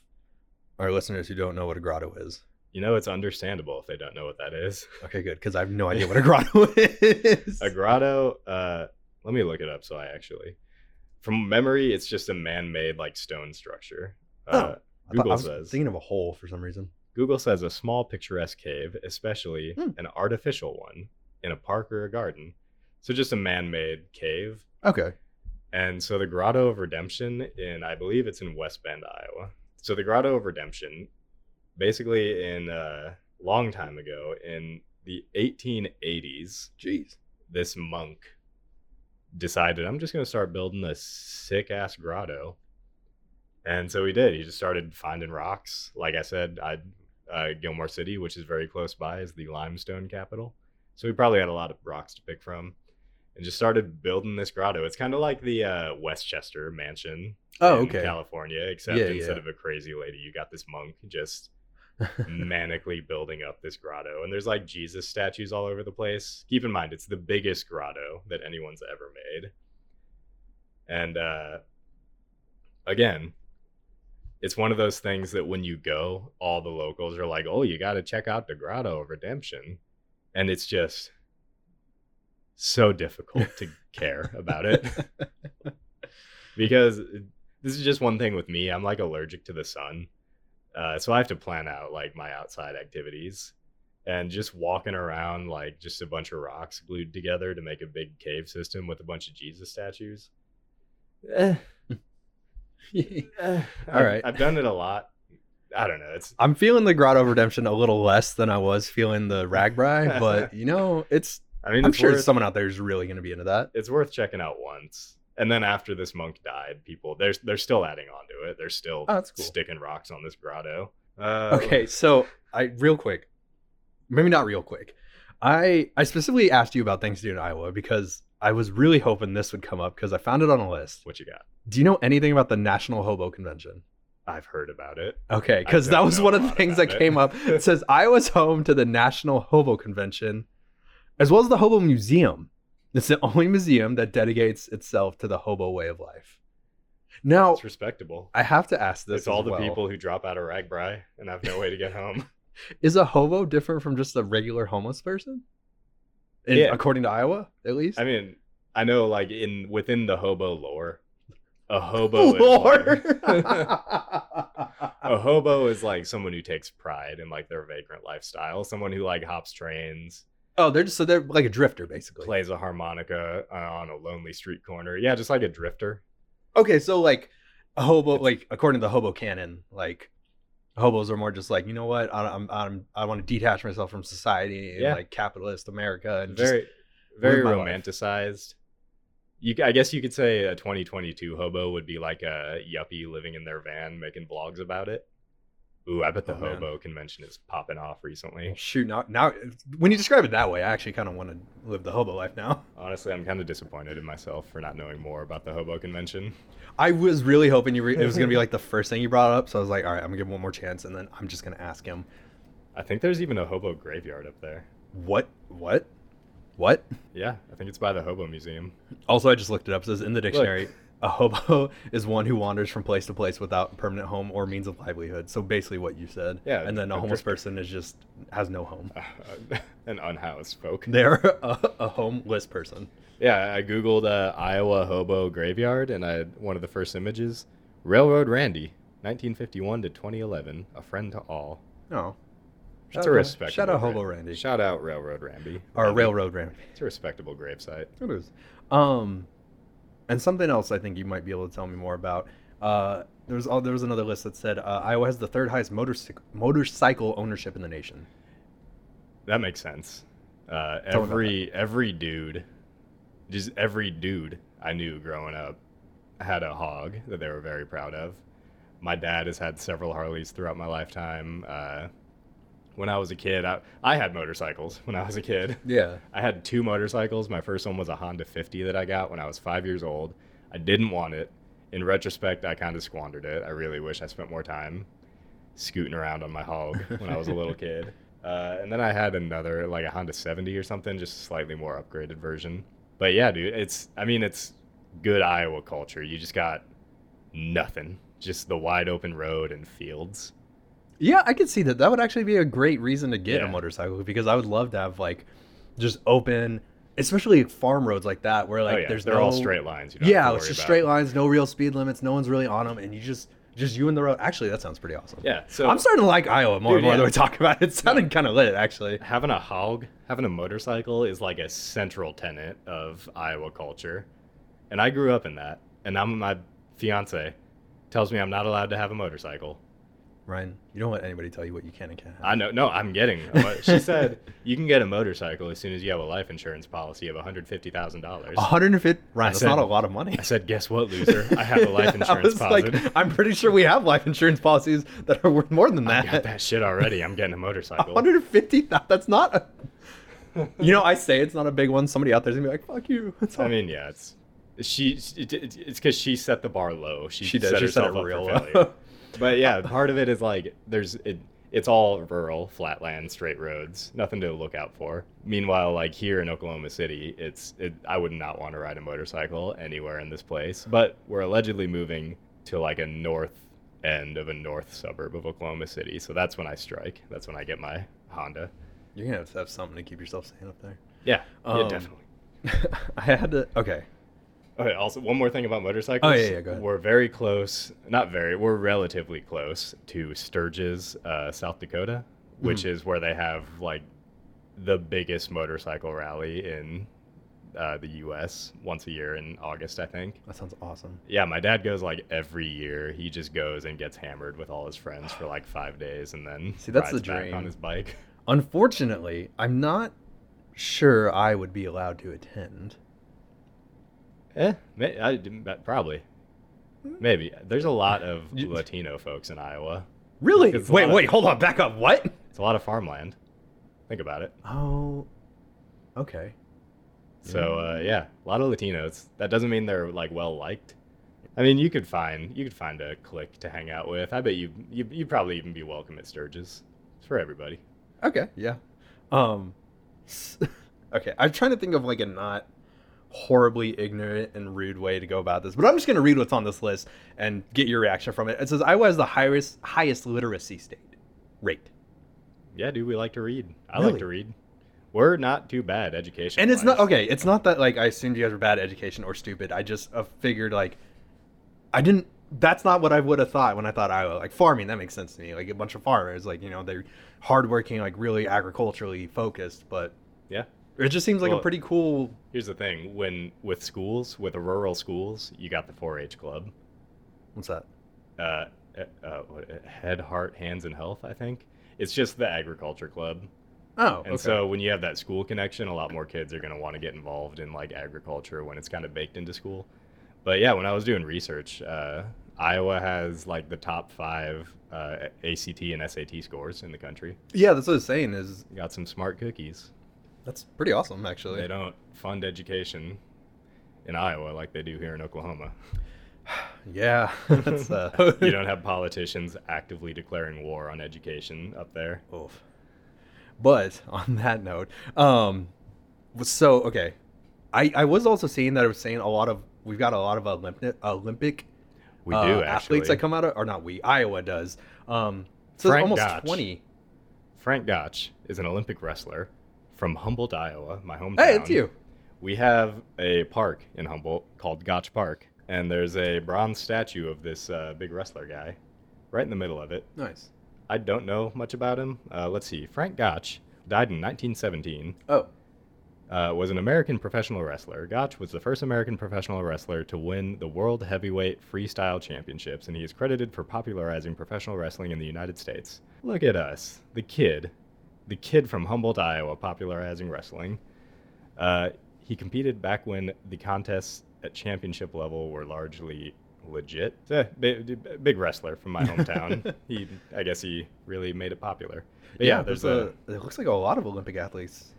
our listeners who don't know what a grotto is. You know, it's understandable if they don't know what that is. Okay, good, because I have no idea what a grotto [laughs] is. A grotto. Uh, let me look it up. So I actually, from memory, it's just a man-made like stone structure. Uh, I thought- Google I was says. thinking of a hole for some reason. Google says a small picturesque cave, especially Hmm. an artificial one in a park or a garden. So just a man-made cave. Okay. And so the Grotto of Redemption in I believe it's in West Bend, Iowa. So the Grotto of Redemption basically in a long time ago in the 1880s, Jeez. this monk decided I'm just going to start building a sick ass grotto And so he did. He just started finding rocks. Like I said, I uh, Gilmore City, which is very close by, is the limestone capital. So he probably had a lot of rocks to pick from, and just started building this grotto. It's kind of like the uh, Westchester mansion Oh, in okay. [laughs] California, except Yeah, instead yeah. of a crazy lady, you got this monk just manically building up this grotto. And there's like Jesus statues all over the place. Keep in mind, it's the biggest grotto that anyone's ever made. And uh, again, it's one of those things that when you go, all the locals are like, oh, you got to check out the Grotto of Redemption. And it's just so difficult to care [laughs] about it because this is just one thing with me. I'm like allergic to the sun, uh, so I have to plan out like my outside activities, and just walking around like just a bunch of rocks glued together to make a big cave system with a bunch of [sighs] Jesus statues. Eh, eh, I've- Alright. I've done it a lot. I don't know. It's [laughs] I'm feeling the Grotto of Redemption a little less than I was feeling the Ragbri, [laughs] but you know, it's I mean, I'm it's sure worth, someone out there is really going to be into that. it's worth checking out once. And then after this monk died, people they're they're still adding on to it. They're still Oh, that's cool. sticking rocks on this grotto. Uh, Okay, so I real quick, maybe not real quick. I I specifically asked you about things to do in Iowa because I was really hoping this would come up because I found it on a list. what you got? Do you know anything about the National Hobo Convention? I've heard about it. Okay, I because that don't was know one a of the lot things about that it. came [laughs] up. It says Iowa's home to the National Hobo Convention, as well as the Hobo Museum. It's the only museum that dedicates itself to the hobo way of life. Now, It's respectable. I have to ask this. it's all as the well. people who drop out of Ragbri and have no way to [laughs] get home. Is a hobo different from just a regular homeless person? In- Yeah. According to Iowa, at least. I mean, I know, like in within the hobo lore, a hobo [laughs] is Lord. [laughs] [laughs] like- a hobo is like someone who takes pride in like their vagrant lifestyle, someone who like hops trains, oh, they're just so they're like a drifter, basically. plays a harmonica uh, on a lonely street corner. Yeah, just like a drifter. Okay, so like a hobo, like according to the hobo canon, like hobos are more just like you know what I, I'm, I'm I want to detach myself from society and Yeah. like capitalist America and just- very live very my life. romanticized. You, c- I guess you could say a 2022 hobo would be like a yuppie living in their van making vlogs about it. Ooh, I bet the Oh, man. hobo convention is popping off recently. shoot now now when you describe it that way, I actually kind of want to live the hobo life now. Honestly, I'm kind of disappointed in myself for not knowing more about the hobo convention. I was really hoping you re- it was gonna be like the first thing you brought up, so I was like, all right, I'm gonna give him one more chance, and then I'm just gonna ask him I think there's even a hobo graveyard up there. what what what. Yeah, I think it's by the hobo museum. [laughs] Also, I just looked it up. It says in the dictionary, a hobo [laughs] is one who wanders from place to place without permanent home or means of livelihood. So basically, what you said. Yeah, And then a a homeless drifter. person is just has no home. an unhoused folk. They're [laughs] a, a homeless person. Yeah, I googled uh, Iowa hobo graveyard, and I one of the first images, Railroad Randy, 1951 to 2011, a friend to all. Oh. That's Shout a out- respectable. Shout out gra- hobo Randy Shout out Railroad Randy. or Randy. railroad Randy. It's a respectable gravesite. It is. Um, and something else I think you might be able to tell me more about. Uh, there was all, there was another list that said uh, Iowa has the third highest motorcycle motorcycle ownership in the nation. That makes sense. Tell Uh, me about every every dude, just every dude I knew growing up had a hog that they were very proud of. My dad has had several Harleys throughout my lifetime. Uh, when I was a kid, I, I had motorcycles. When I was a kid, Yeah. I had two motorcycles. My first one was a Honda 50 that I got when I was five years old. I didn't want it. In retrospect, I kind of squandered it. I really wish I spent more time scooting around on my hog when I was a little kid. Uh, and then I had another, like a Honda 70 or something, just a slightly more upgraded version. But yeah, dude, it's, I mean, it's good Iowa culture. You just got nothing, just the wide open road and fields. Yeah, I could see that. That would actually be a great reason to get a Yeah. motorcycle because I would love to have like just open, especially farm roads like that where like oh, yeah, there's they're no all straight lines. You don't have Yeah, to it's worry just about. straight lines, no real speed limits, no one's really on them, and you just just you and the road. Actually, that sounds pretty awesome. Yeah, so I'm starting to like Iowa more Dude, and more yeah. that we talk about it. [laughs] It sounded kind of lit, actually. having a hog, having a motorcycle is like a central tenet of Iowa culture. And I grew up in that. And I'm my fiance tells me I'm not allowed to have a motorcycle. Ryan, you don't let anybody tell you what you can and can't have. I know. No, I'm getting. [laughs] What she said you can get a motorcycle as soon as you have a life insurance policy [laughs] of $150,000. Oh, 150 Ryan, I that's said- not a lot of money. I said, guess what, loser? [laughs] I have a life I insurance was policy. like, I'm pretty sure we have life insurance policies that are worth more than I got that. that shit already. I'm [laughs] getting a motorcycle. 150 that's not a you know i say it's not a big one somebody out there's gonna be like fuck you It's I all- mean, yeah, it's she. It, it, it's because she set the bar low. She, she Set does she said it herself up for real failure. well but yeah, part of it is like there's it. It's all rural, flatland, straight roads. Nothing to look out for. Meanwhile, like here in Oklahoma City, it's it, I would not want to ride a motorcycle anywhere in this place. But we're allegedly moving to like a north end of a north suburb of Oklahoma City. So that's when I strike. That's when I get my Honda. [laughs] you're gonna have to have something to keep yourself sane up there Yeah, yeah, Um, definitely. [laughs] i had to okay Okay, also one more thing about motorcycles. Oh, yeah, yeah, go ahead. We're very close, not very, we're relatively close to Sturgis, uh, South Dakota, which Hmm. is where they have like the biggest motorcycle rally in uh, the US once a year in August, I think. that sounds awesome Yeah, my dad goes like every year. He just goes and gets hammered with all his friends for like five days and then See, that's the rides back on dream. his bike. unfortunately i'm not sure i would be allowed to attend Eh, may, I, probably. Maybe. There's a lot of Hmm. You- Latino folks in Iowa. really It's a wait lot of- wait hold on back up what It's a lot of farmland. Think about it. oh okay So Mm-hmm. uh, yeah, a lot of Latinos. That doesn't mean they're like well liked. I mean, you could find you could find a clique to hang out with. I bet you you you'd probably even be welcome at Sturgis. It's for everybody. Okay. Yeah. Um. [laughs] s- Okay. I'm trying to think of like a not horribly ignorant and rude way to go about this, but I'm just gonna read what's on this list and get your reaction from it. It says Iowa is the highest highest literacy state rate, Yeah, dude, we like to read. I like Really? to read. We're not too bad education. and it's not okay. It's not that like I assumed you guys were bad at education or stupid. I just uh, figured like I didn't. That's not what I would have thought when I thought Iowa. Like farming, that makes sense to me. Like a bunch of farmers, like you know, they're hardworking, like really agriculturally focused. But Yeah. it just seems like Well- a pretty cool Here's the thing: when with schools, with rural schools, you got the 4-H club, What's that? uh, uh, uh, what- head, heart, hands, and health. I think it's just the agriculture club. Oh, And so when you have that school connection, a lot more kids are going to want to get involved in like agriculture when it's kind of baked into school. But yeah, when I was doing research, uh, Iowa has like the top five uh, ACT and SAT scores in the country. yeah, that's what I was saying. Is Got some smart cookies. that's pretty awesome, actually. They don't fund education in Iowa like they do here in Oklahoma. [laughs] Yeah, [laughs] that's uh. You don't have politicians actively declaring war on education up there. [laughs] Oof. But [laughs] on that note, um, so okay, I I was also seeing that I was saying a lot of we've got a lot of Olympic Olympic We uh, do actually. athletes that come out of or not we Iowa does. Um, so Frank almost Gotch. twenty. Frank Gotch is an Olympic wrestler from Humboldt, Iowa, my hometown. Hey, it's you. We have a park in Humboldt called Gotch Park, and there's a bronze statue of this uh, big wrestler guy right in the middle of it. Nice. I don't know much about him. Uh, let's see. Frank Gotch died in 1917. Oh, Uh, was an American professional wrestler. Gotch was the first American professional wrestler to win the World Heavyweight Freestyle Championships, and he is credited for popularizing professional wrestling in the United States. Look at us, the kid, the kid from Humboldt, Iowa, popularizing wrestling. Uh, he competed back when the contests at championship level were largely legit. Eh, bi- bi- big wrestler [laughs] from my hometown. he, I guess, he really made it popular. But yeah, there's a It looks like a lot of Olympic athletes.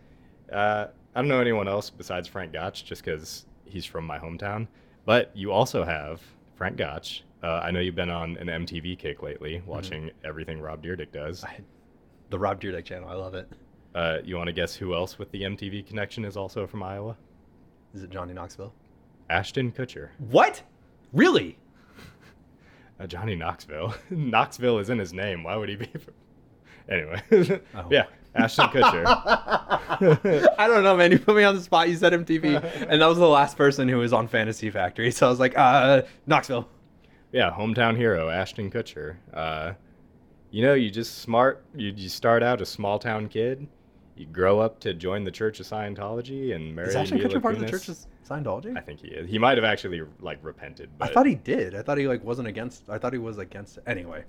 uh, I don't know anyone else besides Frank Gotch, just because he's from my hometown. But you also have Frank Gotch. Uh, I know you've been on an MTV kick lately, watching everything Rob Dyrdek does. I, the Rob Dyrdek channel, I love it. Uh, you want to guess who else with the MTV connection is also from Iowa? Is it Johnny Knoxville? Ashton Kutcher. What? Really? Uh, Johnny Knoxville. [laughs] Knoxville is in his name. Why would he be? [laughs] From... Anyway, Oh. [laughs] yeah, Ashton Kutcher. [laughs] [laughs] I don't know, man. You put me on the spot. You said MTV, and that was the last person who was on Fantasy Factory. So I was like, uh, Knoxville. Yeah, hometown hero Ashton Kutcher. Uh, you know, you just smart. You, you start out a small town kid. You grow up to join the Church of Scientology and marry. Is Ashton Mila Kutcher part of the Kunis. Church of Scientology? I I, think he is. He might have actually like repented, but thought he did. I thought he like wasn't against. I thought he was against it. Anyway,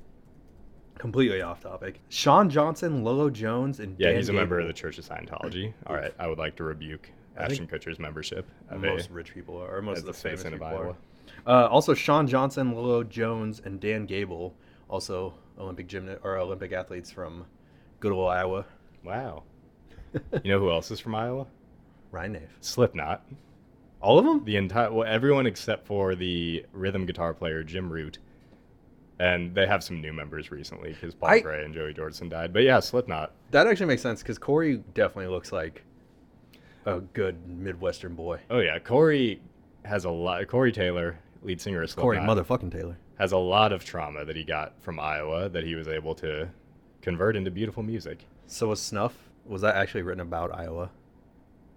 completely off topic. Sean Johnson, Lolo Jones, and Yeah, Dan he's a member of the Gable. Church of Scientology. All right, I would like to rebuke I think Ashton Kutcher's membership of a, Most rich people are, or most as of the a famous citizen of people Iowa. are. Uh, also, Sean Johnson, Lolo Jones, and Dan Gable, also Olympic gymna- or Olympic athletes from good old Iowa. Wow. you know who else is from Iowa? Ryan Nave. Slipknot. All of them? The entire well, everyone except for the rhythm guitar player Jim Root, and they have some new members recently because Paul I- Gray and Joey Jordison died. But yeah, Slipknot. That actually makes sense because Corey definitely looks like a good Midwestern boy. Oh yeah, Corey has a lot. Corey Taylor, lead singer of Slipknot, Corey motherfucking Taylor. has a lot of trauma that he got from Iowa that he was able to convert into beautiful music. So was Snuff. Was that actually written about Iowa?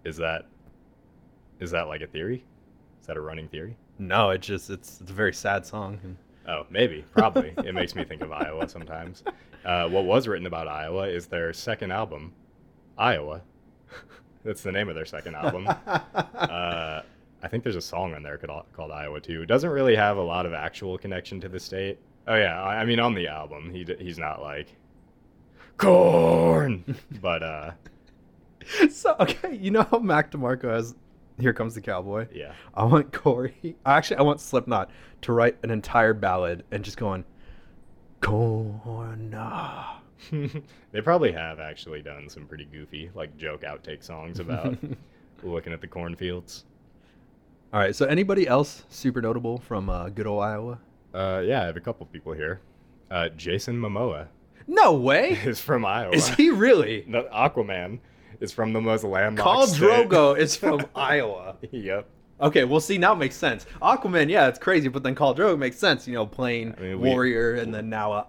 Is that is that like a theory? Is that a running theory? No, it just it's, it's a very sad song. and- Oh, maybe, probably. it makes me think of Iowa sometimes. Uh, what was written about Iowa is their second album, Iowa. That's the name of their second [laughs] album. uh, I think there's a song on there called, called Iowa too. It doesn't really have a lot of actual connection to the state. Oh yeah, I I mean on the album, he d- he's not like corn, but uh, so okay, you know how Mac DeMarco has "Here Comes the Cowboy." yeah, [laughs] I want Corey. Actually, I want Slipknot to write an entire ballad and just going, corn. they probably have actually done some pretty goofy like joke outtake songs about looking at the cornfields. All right. So, anybody else super notable from uh, good old Iowa? Uh, yeah, I have a couple people here. Uh, Jason Momoa [laughs] No [laughs] way. is from Iowa. Is [laughs] he really? The Aquaman is from the most landlocked Call state. Drogo is from Iowa. [laughs] Yep. Okay, well, see, now it makes sense. Aquaman, yeah, it's crazy, but then Call Drogo makes sense. You know, plain I mean, we- warrior, and then now uh,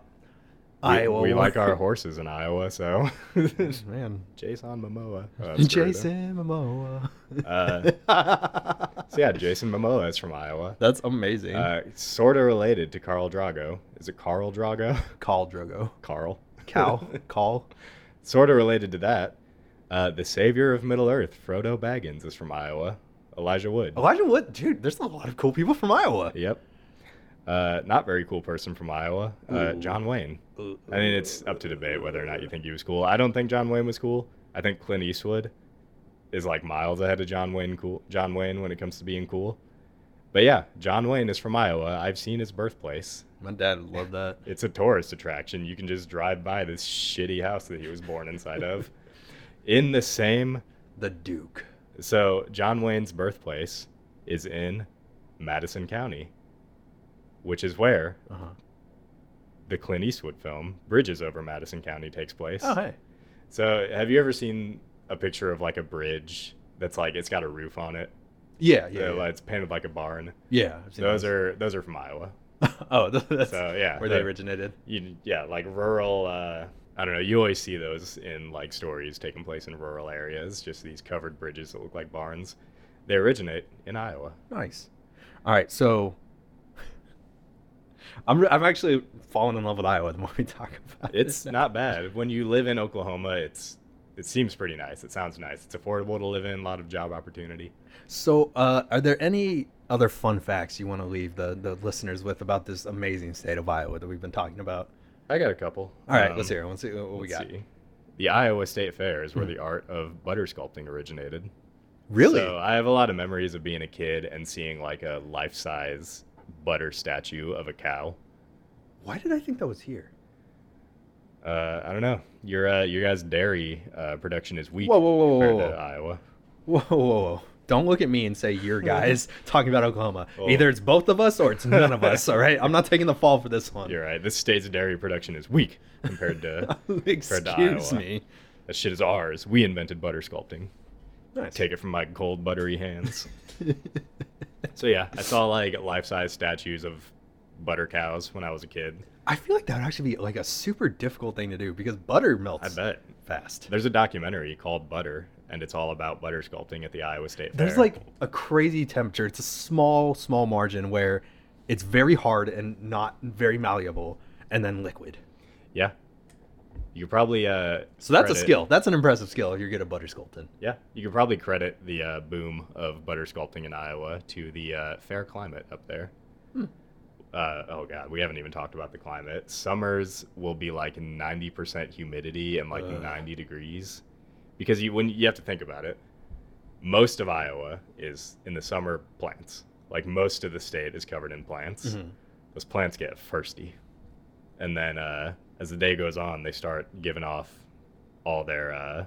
We- Iowa. We, like our horses in Iowa, so [laughs] [laughs] man, Jason Momoa. Oh, that's great, huh? Jason Momoa. Uh, [laughs] so yeah, Jason Momoa is from Iowa. That's amazing. Uh, sort of related to Carl Drago. Is it Carl [laughs] Drago? Call Drogo. Carl. Cow. Call. Sort of related to that. Uh, the savior of Middle Earth, Frodo Baggins, is from Iowa. Elijah Wood. Elijah Wood, dude, there's a lot of cool people from Iowa. Yep. Uh, not very cool person from Iowa. Uh, Ooh. John Wayne. I mean, it's up to debate whether or not you think he was cool. I don't think John Wayne was cool. I think Clint Eastwood is like miles ahead of John Wayne. Cool. John Wayne when it comes to being cool. But yeah, John Wayne is from Iowa. I've seen his birthplace. My dad would love that. It's a tourist attraction. You can just drive by this shitty house that he was born inside [laughs] of. In the same, The Duke. so John Wayne's birthplace is in Madison County, which is where Uh-huh. the Clint Eastwood film Bridges Over Madison County takes place. Oh, hey. So, have you ever seen a picture of like a bridge that's like it's got a roof on it? Yeah, Yeah, yeah. Yeah, it's painted like a barn. yeah I've seen Those are those are from Iowa. [laughs] oh, th- that's So yeah, where they the- originated. you, yeah, like rural. Uh, I don't know. You always see those in like stories taking place in rural areas. Just these covered bridges that look like barns. They originate [laughs] in Iowa. Nice. All right, so [laughs] I'm re- I'm actually falling in love with Iowa the more we talk about it. It's not bad. When you live in Oklahoma, it's it seems pretty nice. It sounds nice. It's affordable to live in. A lot of job opportunity. So, uh, are there any other fun facts you want to leave the, the listeners with about this amazing state of Iowa that we've been talking about? I got a couple. All right, Um, let's hear. it. Let's see what we Let's got. see. The Iowa State Fair is where the art of butter sculpting originated. Really? So uh, I have a lot of memories of being a kid and seeing like a life size butter statue of a cow. Why did I think that was here? Uh, I don't know. Your uh, your guys' dairy uh, production is weak Whoa, whoa, whoa, whoa, compared whoa. to Iowa. Whoa, [laughs] whoa, whoa. Don't look at me and say [laughs] you're guys [laughs] talking about Oklahoma. Whoa. Either it's both of us or it's none of [laughs] us, all right? I'm not taking the fall for this one. You're right. This state's dairy production is weak compared to [laughs] Excuse Iowa. me. that shit is ours. We invented butter sculpting. Nice. Take it from my cold [laughs] buttery hands. so yeah, I saw like life size statues of butter cows when I was a kid. I feel like that would actually be like a super difficult thing to do because butter melts I bet. fast. There's a documentary called Butter, and it's all about butter sculpting at the Iowa State Fair. There's like a crazy temperature. It's a small, small margin where it's very hard and not very malleable and then liquid. yeah, you could probably uh. So that's a credit- skill. That's an impressive skill if you're good at butter sculpting. Yeah, you could probably credit the Hmm. uh, boom of butter sculpting in Iowa to the uh, fair climate up there. uh, oh god, we haven't even talked about the climate. Summers will be like 90% humidity and like Ugh. 90 degrees because you when you have to think about it. Most of Iowa is in the summer plants. Like most of the state is covered in plants. Mm-hmm. Those plants get thirsty, and then uh, as the day goes on, they start giving off all their uh,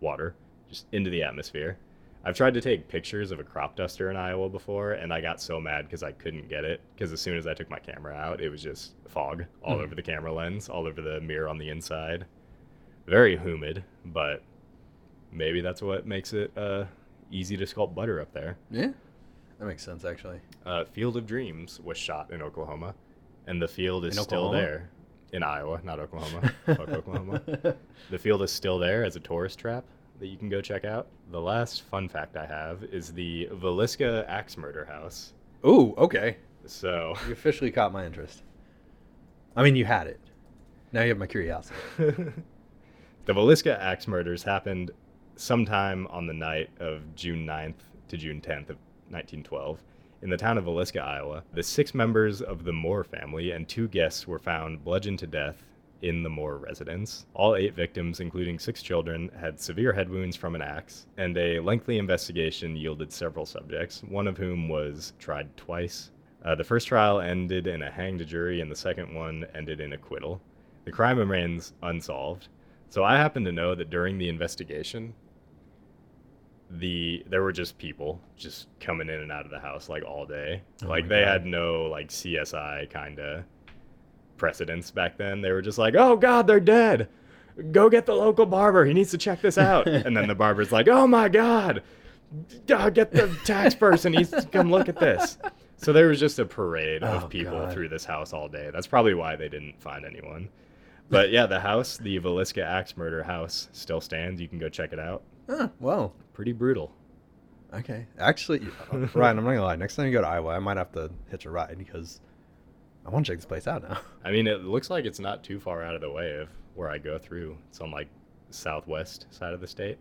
water just into the atmosphere. I've tried to take pictures of a crop duster in Iowa before, and I got so mad because I couldn't get it. Because as soon as I took my camera out, it was just fog all Mhm. over the camera lens, all over the mirror on the inside. Very humid, but maybe that's what makes it uh, easy to sculpt butter up there. Yeah, that makes sense actually. Uh, field of Dreams was shot in Oklahoma, and the field is In still Oklahoma? there. In Iowa, not [laughs] Oklahoma. Fuck Oklahoma. The field is still there as a tourist trap that you can go check out. The last fun fact I have is the Velisca Axe Murder House. Ooh, okay. So, You officially caught my interest. I mean, you had it. Now you have my curiosity. [laughs] the Velisca Axe murders happened sometime on the night of June 9th to June 10th of 1912 in the town of Velisca, Iowa. The six members of the Moore family and two guests were found bludgeoned to death in the Moore residence. All eight victims, including six children, had severe head wounds from an axe, and a lengthy investigation yielded several subjects, one of whom was tried twice. Uh, the first trial ended in a hanged jury, and the second one ended in acquittal. The crime remains unsolved. So I happen to know that during the investigation, the there were just people just coming in and out of the house like all day. Oh like my they God. had no like CSI kind of precedence back then. They were just like, "Oh God, they're dead. Go get the local barber. He needs to check [laughs] this out." and then the barber's like, "Oh my God, Ah, get the tax person. He's come look at this." So there was just a parade Oh, of people God. through this house all day. That's probably why they didn't find anyone. But yeah, the house, the Velisca Axe Murder House, still stands. You can go check it out. Huh, well, Pretty brutal. okay. Actually, uh, Ryan, I'm not gonna lie. Next time you go to Iowa, I might have to hitch a ride because I want to check this place out now. [laughs] I mean, it looks like it's not too far out of the way of where I go through. It's on like southwest side of the state.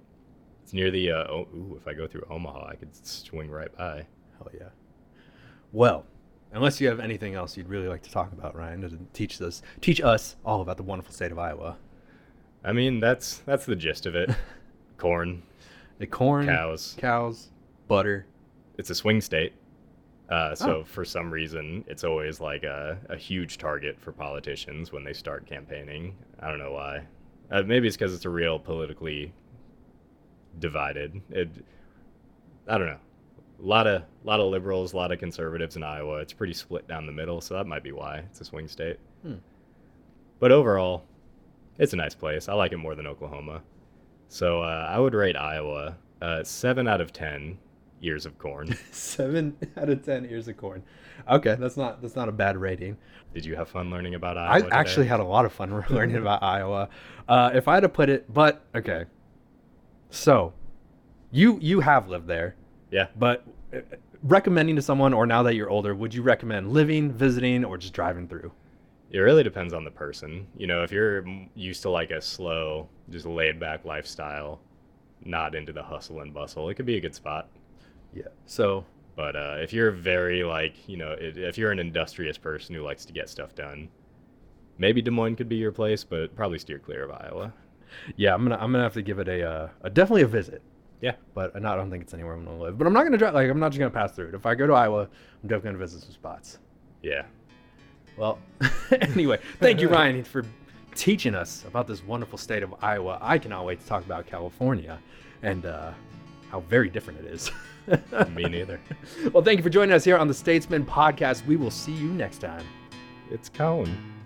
It's near the. Uh, oh, ooh, if I go through Omaha, I could swing right by. Hell yeah. Well, unless you have anything else you'd really like to talk about, Ryan, to teach us teach us all about the wonderful state of Iowa. I mean, that's that's the gist of it. Corn, The corn, cows. cows, butter. [laughs] It's a swing state. Uh, so Oh. for some reason, it's always like a, a huge target for politicians when they start campaigning. I don't know why. Uh, maybe it's because it's a real politically divided. It, I don't know. A lot of lot of liberals, a lot of conservatives in Iowa. It's pretty split down the middle, so that might be why it's a swing state. Hmm. But overall, it's a nice place. I like it more than Oklahoma. So uh, I would rate Iowa uh, seven out of ten years of corn. Seven out of ten ears of corn. Okay, that's not that's not a bad rating. Did you have fun learning about Iowa? I today? actually had a lot of fun [laughs] learning about Iowa. Uh, if I had to put it, but okay. So, you you have lived there, Yeah. but uh, recommending to someone, or now that you're older, would you recommend living, visiting, or just driving through? It really depends on the person. You know, if you're m- used to like a slow, just laid back lifestyle, not into the hustle and bustle, it could be a good spot. Yeah. So But uh, if you're very like, you know, i if you're an industrious person who likes to get stuff done, maybe Des Moines could be your place, but probably steer clear of Iowa. yeah, I'm gonna I'm gonna have to give it a, uh, a definitely a visit. Yeah. but I not- I don't think it's anywhere I'm gonna live. But I'm not gonna drive. Like I'm not just gonna pass through it. If I go to Iowa, I'm definitely gonna visit some spots. Yeah. Well, [laughs] anyway, [laughs] thank you, Ryan, for teaching us about this wonderful state of Iowa. I cannot wait to talk about California and uh, how very different it is. [laughs] Me neither. well, thank you for joining us here on the Statesman Podcast. We will see you next time. It's Cone.